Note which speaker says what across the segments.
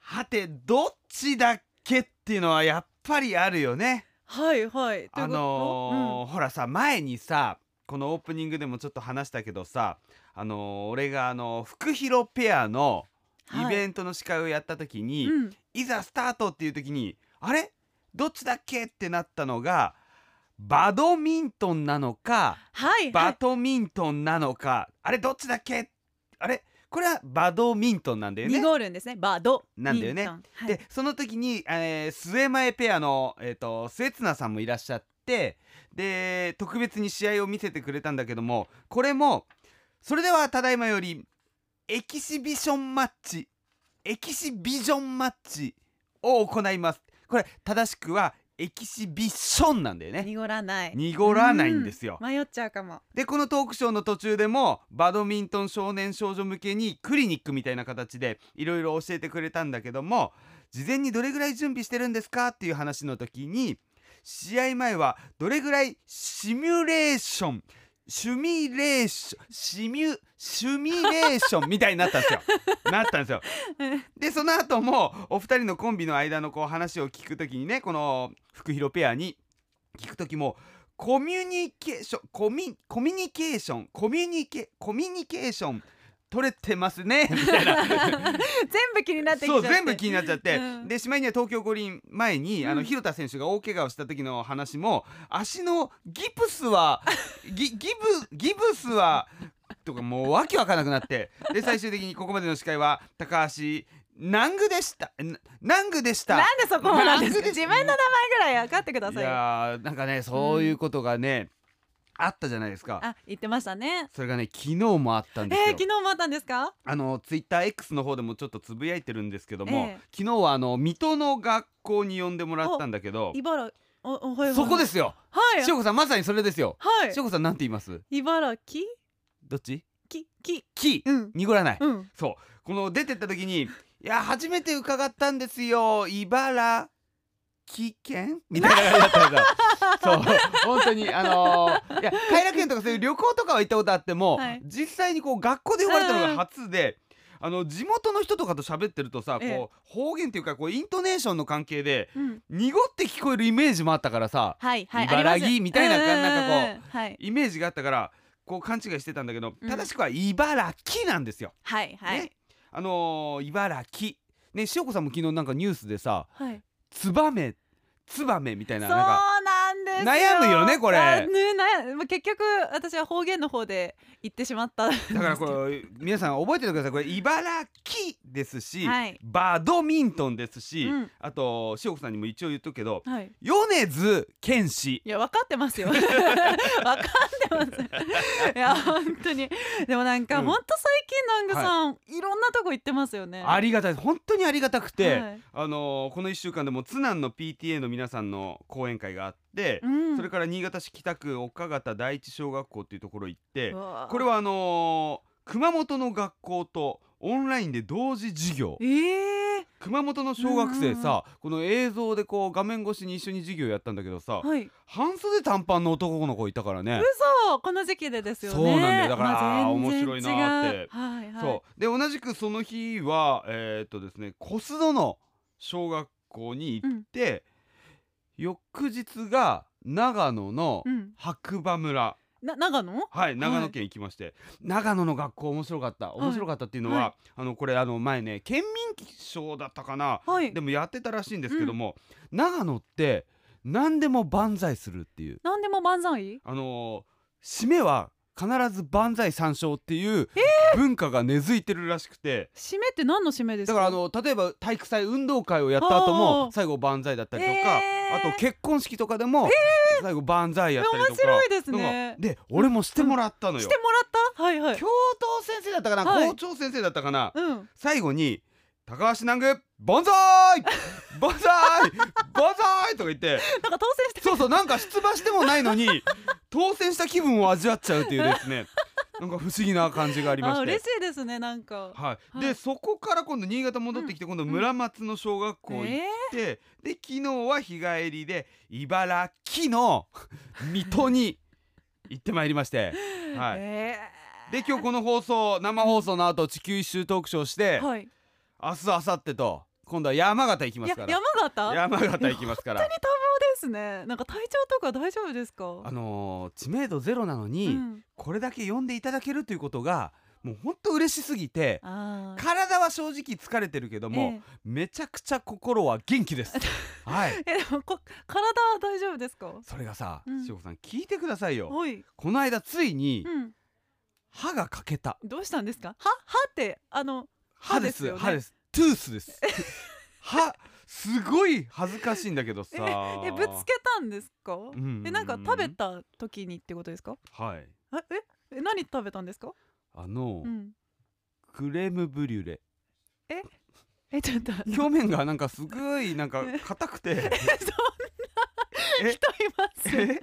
Speaker 1: はてどっちだっけっていうのはやっぱりあるよね。
Speaker 2: はいはい。
Speaker 1: あのーほらさ前にさこのオープニングでもちょっと話したけどさあのー俺があのフクヒロペアのイベ
Speaker 2: ン
Speaker 1: ントの司会をやった時に、
Speaker 2: トうん、
Speaker 1: いざスタートっていう時にあれどっちだっけってなったのがバドミントンなのか
Speaker 2: はいは
Speaker 1: バ
Speaker 2: い。
Speaker 1: ドミントンなのか、あれどっちだっけあれこれはバドミントンなんだよね。
Speaker 2: 濁るんですね。バド
Speaker 1: なんだよね
Speaker 2: ミントン。はい
Speaker 1: でその時に、えー末前ペアの、えー、と末綱さんもいらっしゃってで特別に試合を見せてくれたんだけどもこれもそれではただいまよりエキシビションマッチエキシビジョンマッチを行いますこれ正しくはエキシビションなんだよね
Speaker 2: 濁らない。
Speaker 1: 濁らないんですよ
Speaker 2: うん迷っちゃうかも。
Speaker 1: でこのトークショーの途中でもバドミントン少年少女向けにクリニックみたいな形でいろいろ教えてくれたんだけども事前にどれぐらい準備してるんですかっていう話の時に試合前はどれぐらいシミュレーションシュミレーションシミュシュミレーション みたいになったんですよなったんですよでその後もお二人のコンビの間のこう話を聞くときにねこの福弘ペアに聞くときもコミュニケーションコミコミュニケーションコミュニケコミュニケーション取れてます ねみたいな
Speaker 2: 全部気になってきちゃ
Speaker 1: そ
Speaker 2: っ
Speaker 1: う
Speaker 2: て。
Speaker 1: 全部気になっちゃって、
Speaker 2: うん
Speaker 1: でしまいには東京五輪前に、あ
Speaker 2: う
Speaker 1: の
Speaker 2: ん
Speaker 1: 広田選手が大怪我をした時の話も足のギプス はギギブギブスはとかもうわけわかんなくなってで最終的にここまでの司会は高橋南具でしたな南具でした
Speaker 2: なんでそこもなんです
Speaker 1: なんで
Speaker 2: か。自分の名前ぐらい分かってくだ
Speaker 1: い
Speaker 2: さいよ。
Speaker 1: やーなんかねそういうことがね、あったじゃないですか
Speaker 2: あ、言ってましたね。
Speaker 1: それがね昨日もあったん
Speaker 2: え
Speaker 1: です
Speaker 2: ー、
Speaker 1: よ、
Speaker 2: 昨日もあったんですか。
Speaker 1: あのツイッター X の方でもちょっとつぶやいてるんですけども、
Speaker 2: ええ
Speaker 1: 昨日はあの水戸の学校に呼んでもらったんだけど
Speaker 2: 茨おおはいはい。。
Speaker 1: そこですすよ
Speaker 2: はい
Speaker 1: し。ょうこさんまさにそれですよ
Speaker 2: はい
Speaker 1: しょ。うこさんなんて言います
Speaker 2: 茨城。
Speaker 1: どっち
Speaker 2: きき。
Speaker 1: 木
Speaker 2: うん。
Speaker 1: 濁らない、
Speaker 2: うん。
Speaker 1: そうこの出てった時にいや初めて伺ったんですよ茨城県みたいな感じだったんですよ そう本当にあのーいや偕楽園とかそういう旅行とかは行ったことあっても、
Speaker 2: はい
Speaker 1: 実際にこう学校で呼ばれたのが初で、あの地元の人とかと喋ってるとさ、
Speaker 2: ええ
Speaker 1: こう方言っていうかこうイントネーションの関係で
Speaker 2: うん。
Speaker 1: 濁って聞こえるイメージもあったからさ
Speaker 2: はいはい。
Speaker 1: 茨
Speaker 2: あります
Speaker 1: 城みたいななん
Speaker 2: うんうんうんはい
Speaker 1: イメージがあったからこう勘違いしてたんだけど、
Speaker 2: うん
Speaker 1: 正しくは茨城なんですよ。
Speaker 2: はいはい
Speaker 1: ね。あのー茨城ね塩子さんも昨日なんかニュースでさ
Speaker 2: はい。
Speaker 1: ツバメツバメみたい
Speaker 2: そ
Speaker 1: な
Speaker 2: う
Speaker 1: なんか
Speaker 2: なんですよ
Speaker 1: 悩むよねこれ
Speaker 2: あね悩む結局私は方言の方で言ってしまった
Speaker 1: だからこれ皆さん覚えててくださいこれ茨城ですし、
Speaker 2: はい
Speaker 1: バドミントンですし、
Speaker 2: うん
Speaker 1: あと塩子さんにも一応言っとくけど
Speaker 2: はい
Speaker 1: 米津玄師
Speaker 2: いや分かってます よ分かってますいや本当にでもなんか、
Speaker 1: うん
Speaker 2: ほんと最近南具さん、い、ろんなとこ行ってますよね
Speaker 1: ありがたい本当にありがたくて、
Speaker 2: はい
Speaker 1: あのーこの1週間でも津南の PTA の皆さんの講演会があって、
Speaker 2: うん
Speaker 1: それから新潟市北区岡方第一小学校っていうところ行って、これ
Speaker 2: は
Speaker 1: はあのー熊本の学校とオンラインで同時授業
Speaker 2: えー、
Speaker 1: 熊本の小学生さこの映像でこう画面越しに一緒に授業やったんだけどさ
Speaker 2: はい
Speaker 1: 半袖短パンの男の子いたからね、
Speaker 2: 嘘この時期でですよね
Speaker 1: そうなんだよだから
Speaker 2: まあ
Speaker 1: あー
Speaker 2: 全然
Speaker 1: 面白いなーって
Speaker 2: 違うはいはい
Speaker 1: そうで同じくその日はえーっとですね小須戸の小学校に行って、翌日が長野の
Speaker 2: うん
Speaker 1: 白馬村、
Speaker 2: な長野
Speaker 1: はい、長野県行きまして、長野の学校面白かった面白かったっていうのは、
Speaker 2: は
Speaker 1: あのこれあの前ね県民賞だったかな
Speaker 2: はい
Speaker 1: でもやってたらしいんですけども、長野って何でも万歳するっていう
Speaker 2: 何でも万歳
Speaker 1: あのー締めは必ず万歳三唱っていう文化が根付いてるらしくて、
Speaker 2: 締めって何の締めです
Speaker 1: だ
Speaker 2: か
Speaker 1: からあの例えば体育祭運動会をやった後
Speaker 2: あ
Speaker 1: も
Speaker 2: ー
Speaker 1: 最後万歳だったりとか、
Speaker 2: えー
Speaker 1: あと結婚式とかでも最後万歳やったりとか、
Speaker 2: 面白いですね
Speaker 1: で俺もしてもらったのよ
Speaker 2: し。てもらったはいはい
Speaker 1: 教頭先生だったかな、
Speaker 2: はい
Speaker 1: 校長先生だったかな、
Speaker 2: うん
Speaker 1: 最後に高橋南宮万 歳万歳万歳とか言って
Speaker 2: なんか当選して
Speaker 1: そうそうなんか出馬してもないのに 当選した気分を味わっちゃうというですねなんか不思議な感じがありま
Speaker 2: あ
Speaker 1: して
Speaker 2: 嬉しいですねなんか
Speaker 1: はい、
Speaker 2: は
Speaker 1: で
Speaker 2: い
Speaker 1: そこから今度新潟戻ってきて、今度村松の小学校行って、
Speaker 2: え
Speaker 1: で昨日は日帰りで茨城の水戸に行ってまいりまして、
Speaker 2: ー
Speaker 1: はい、
Speaker 2: えー
Speaker 1: で今日この放送生放送の後地球一周トークショーして、
Speaker 2: はい
Speaker 1: 明日明後日と今度は山形行きます
Speaker 2: いや
Speaker 1: から
Speaker 2: 山形本
Speaker 1: 山形行きますから
Speaker 2: 当に多忙ですねなんか体調とか大丈夫ですか
Speaker 1: あのー知名度ゼロなのに、
Speaker 2: うん、
Speaker 1: これだけ呼んでいただけるということがもう本当嬉しすぎて
Speaker 2: あー
Speaker 1: 体は正直疲れてるけども、めちゃくちゃ心は元気です はい
Speaker 2: ええでもこ体は大丈夫ですか
Speaker 1: それがさ
Speaker 2: うん
Speaker 1: しおこさん聞いてくださいよ
Speaker 2: おい、
Speaker 1: この間ついに
Speaker 2: うん、
Speaker 1: 歯が欠けた
Speaker 2: どうしたんですか歯歯ってあの
Speaker 1: 歯で
Speaker 2: 歯です
Speaker 1: す
Speaker 2: よね
Speaker 1: 歯ですトゥースです歯すごい恥ずかしいんだけどさ
Speaker 2: えぶつけたんですか
Speaker 1: うんうんうん
Speaker 2: えなんか食べた時にってことですか
Speaker 1: はい
Speaker 2: あええ何食べたんですか
Speaker 1: あの、
Speaker 2: うん
Speaker 1: クレームブリュレ
Speaker 2: えちょっとあ の
Speaker 1: 表面がなんかすごいなんか硬 くてえ
Speaker 2: 人います
Speaker 1: え
Speaker 2: ね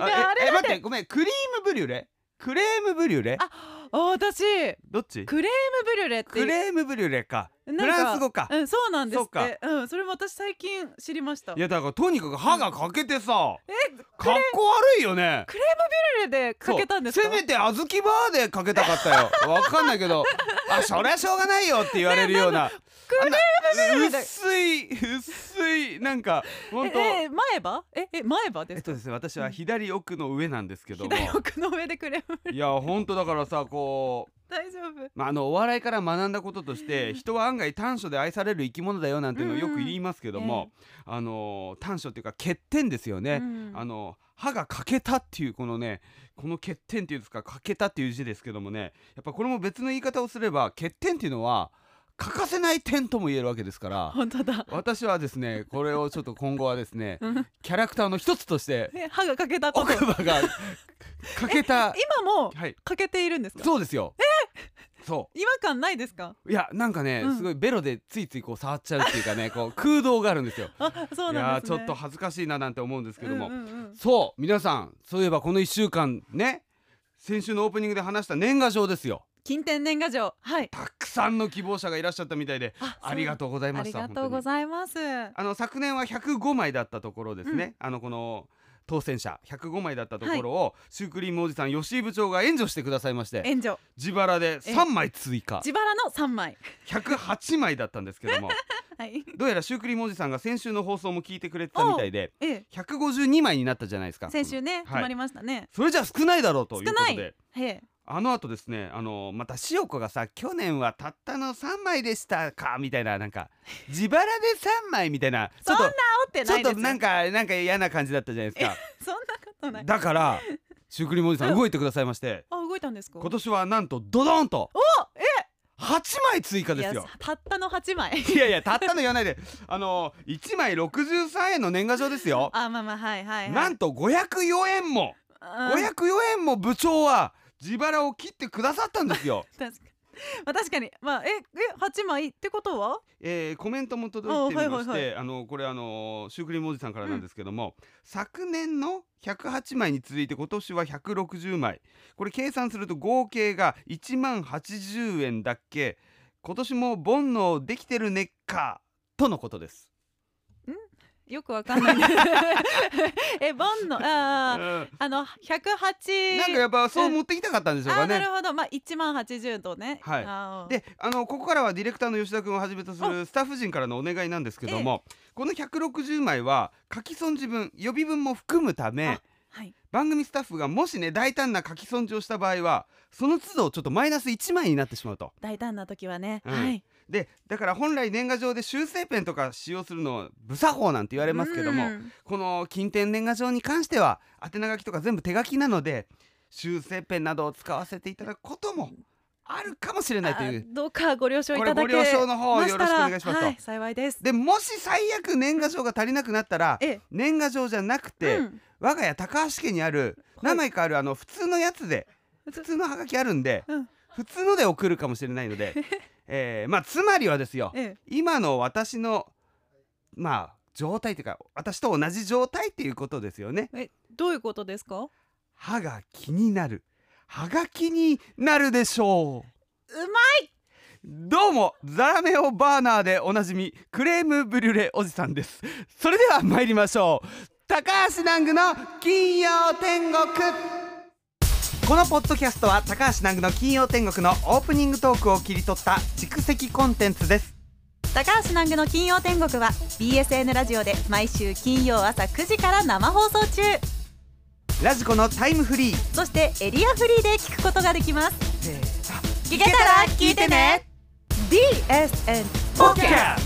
Speaker 1: あ
Speaker 2: いやあれ
Speaker 1: ええ
Speaker 2: だっ
Speaker 1: 待
Speaker 2: て
Speaker 1: ってごめんクリームブリュレクレームブリュレ
Speaker 2: あ私
Speaker 1: どっち
Speaker 2: クレームブリュレって
Speaker 1: クレームブリュレか
Speaker 2: なんか
Speaker 1: フランス語か
Speaker 2: うんそうなんです
Speaker 1: そう
Speaker 2: っ
Speaker 1: か
Speaker 2: てうんそれも私最近知りました
Speaker 1: いやだからとにかく歯が欠けてさ
Speaker 2: えブリ
Speaker 1: かっこ悪いよね
Speaker 2: ュレでかけたんです
Speaker 1: そ
Speaker 2: か
Speaker 1: うせめて小豆バーでかけたかったよ わかんないけどあそりゃしょうがないよって言われるよう な
Speaker 2: ク
Speaker 1: あん
Speaker 2: レーム
Speaker 1: な
Speaker 2: ブリュレで
Speaker 1: 薄い薄いなんか本当
Speaker 2: ええ前歯ええ前歯で
Speaker 1: えっ
Speaker 2: す
Speaker 1: と
Speaker 2: か
Speaker 1: ですね私は左奥の上なんですけども
Speaker 2: 左奥の上でクレーム
Speaker 1: いや本当だからさこう
Speaker 2: 大丈夫
Speaker 1: まあ、あのお笑いから学んだこととして人は案外短所で愛される生き物だよなんていうのをよく言いますけども、あのー短所っていうか欠点ですよね、
Speaker 2: うん
Speaker 1: あの歯が欠けたっていうこのねこの欠点っていうんですか欠けたっていう字ですけどもねやっぱこれも別の言い方をすれば欠点っていうのは欠かせない点とも言えるわけですから
Speaker 2: 本当だ
Speaker 1: 私はですねこれをちょっと今後はですね
Speaker 2: うん
Speaker 1: キャラクターの一つとして
Speaker 2: え歯が欠けたこと
Speaker 1: 奥歯が欠けた
Speaker 2: 今も
Speaker 1: はい
Speaker 2: 欠けているんですか
Speaker 1: そうですよそう
Speaker 2: 違和感ないですか
Speaker 1: いやなんかね、
Speaker 2: うん
Speaker 1: すごいベロでついついこう触っちゃうっていうかねこう空洞があるんですよ。
Speaker 2: あそう
Speaker 1: い
Speaker 2: な
Speaker 1: や
Speaker 2: ん
Speaker 1: ー
Speaker 2: です
Speaker 1: ち
Speaker 2: ね
Speaker 1: ょっと恥ずかしいななんて思うんですけども、
Speaker 2: うんうんうん
Speaker 1: そう皆さんそういえばこの1週間ね先週のオープニングで話した年賀状ですよ
Speaker 2: 金天年賀状はい
Speaker 1: たくさんの希望者がいらっしゃったみたいで
Speaker 2: あ
Speaker 1: ありが
Speaker 2: と
Speaker 1: とうございう
Speaker 2: あ
Speaker 1: ま
Speaker 2: り
Speaker 1: した
Speaker 2: がとうご
Speaker 1: 本
Speaker 2: ざいます
Speaker 1: 当にあの昨年は105枚だったところですね、あのこの当選者105枚だったところを、シュークリームおじさん吉井部長が援助してくださいまして
Speaker 2: 援助
Speaker 1: 自腹で3枚追加
Speaker 2: 自腹の三枚
Speaker 1: 108枚だったんですけど も
Speaker 2: はい
Speaker 1: どうやらシュークリームおじさんが先週の放送も聞いてくれてたみたいで
Speaker 2: ええ
Speaker 1: 152枚になったじゃないですか
Speaker 2: 先週ね
Speaker 1: い
Speaker 2: 決まりましたね
Speaker 1: それじゃ少ないだろうと
Speaker 2: 少
Speaker 1: いうこ
Speaker 2: な
Speaker 1: と
Speaker 2: い
Speaker 1: で
Speaker 2: ええ
Speaker 1: あのあとですねあのまた塩子がさ去年はたったの3枚でしたかみたいななんか自腹で3枚みたいなち
Speaker 2: そ
Speaker 1: ょ
Speaker 2: ん
Speaker 1: っ
Speaker 2: な
Speaker 1: と
Speaker 2: 煽って
Speaker 1: ち
Speaker 2: な
Speaker 1: ょっ
Speaker 2: いです
Speaker 1: となんかなんか嫌な感じだったじゃないですか
Speaker 2: そんなこと ない
Speaker 1: だからシュークリームおじさん動いてくださいまして
Speaker 2: あ動いたんですか
Speaker 1: 今年はなんとドドンと8枚追加
Speaker 2: い
Speaker 1: で
Speaker 2: や
Speaker 1: すよ
Speaker 2: たったの八 枚
Speaker 1: いやいやたったの言わないであの1枚63円の年賀状ですよ
Speaker 2: あまあまあはいはいはい
Speaker 1: なんと504円も
Speaker 2: あー
Speaker 1: 504円も部長は自腹を切ってくださったんですよ
Speaker 2: 確かにまあ確かに まあええ八枚ってことは
Speaker 1: えーコメントも届いてみまして、
Speaker 2: あはいはい
Speaker 1: あのこれあのシュークリームおじさんからなんですけども、昨年の108枚に続いて今年は160枚これ計算すると合計が1万80円だっけ今年も煩悩できてるねっかとのことです、
Speaker 2: よくわかんない えボンのあ
Speaker 1: う
Speaker 2: ー
Speaker 1: ん
Speaker 2: あの108
Speaker 1: なんかやっぱそう持ってきたかったんでしょう
Speaker 2: あ
Speaker 1: か
Speaker 2: ーな
Speaker 1: ね
Speaker 2: るほどまあ1万80とね
Speaker 1: はい
Speaker 2: あー
Speaker 1: であのここからはディレクターの吉田君をはじめとするスタッフ陣からのお願いなんですけども、この160枚は書き損じ分予備分も含むため
Speaker 2: あはい
Speaker 1: 番組スタッフがもしね大胆な書き損じをした場合はその都度ちょっとマイナス1枚になってしまうと
Speaker 2: 大胆な時はね、
Speaker 1: うん
Speaker 2: はい
Speaker 1: でだから本来年賀状で修正ペンとか使用するのは無作法なんて言われますけども、
Speaker 2: うん
Speaker 1: この近天年賀状に関しては宛名書きとか全部手書きなので修正ペンなどを使わせていただくこともあるかもしれないという
Speaker 2: あーどうかご了承いただけ
Speaker 1: これご了承の方よろしくお願いしますと
Speaker 2: またらはい、幸いです
Speaker 1: でもし最悪年賀状が足りなくなったら
Speaker 2: え
Speaker 1: 年賀状じゃなく
Speaker 2: え
Speaker 1: て、
Speaker 2: うん
Speaker 1: 我が家高橋家にある
Speaker 2: はい
Speaker 1: 何枚かあるあの普通のやつで
Speaker 2: 普通
Speaker 1: 普通のハガキあるんで
Speaker 2: うん
Speaker 1: 普通ので送るかもしれない ので、えーまあつまりはですよ
Speaker 2: ええ
Speaker 1: 今の私のまあ状態というか私と同じ状態っていうことですよね
Speaker 2: えどういうことですかう
Speaker 1: 歯が気になる歯が気になるでしょう
Speaker 2: まい
Speaker 1: どうもザラメオバーナーでおなじみクレームブリュレおじさんですそれでは参りましょう高橋南具の金曜天国このポッドキャストは高橋南具の金曜天国のオープニングトークを切り取った蓄積コンテンツです
Speaker 2: 高橋南具の金曜天国は BSN ラジオで毎週金曜朝9時から生放送中
Speaker 1: ラジコのタイムフリー
Speaker 2: そしてエリアフリーで聞くことができます
Speaker 1: せーの
Speaker 2: 聞けたら聞いてね BSN
Speaker 1: ポッキャス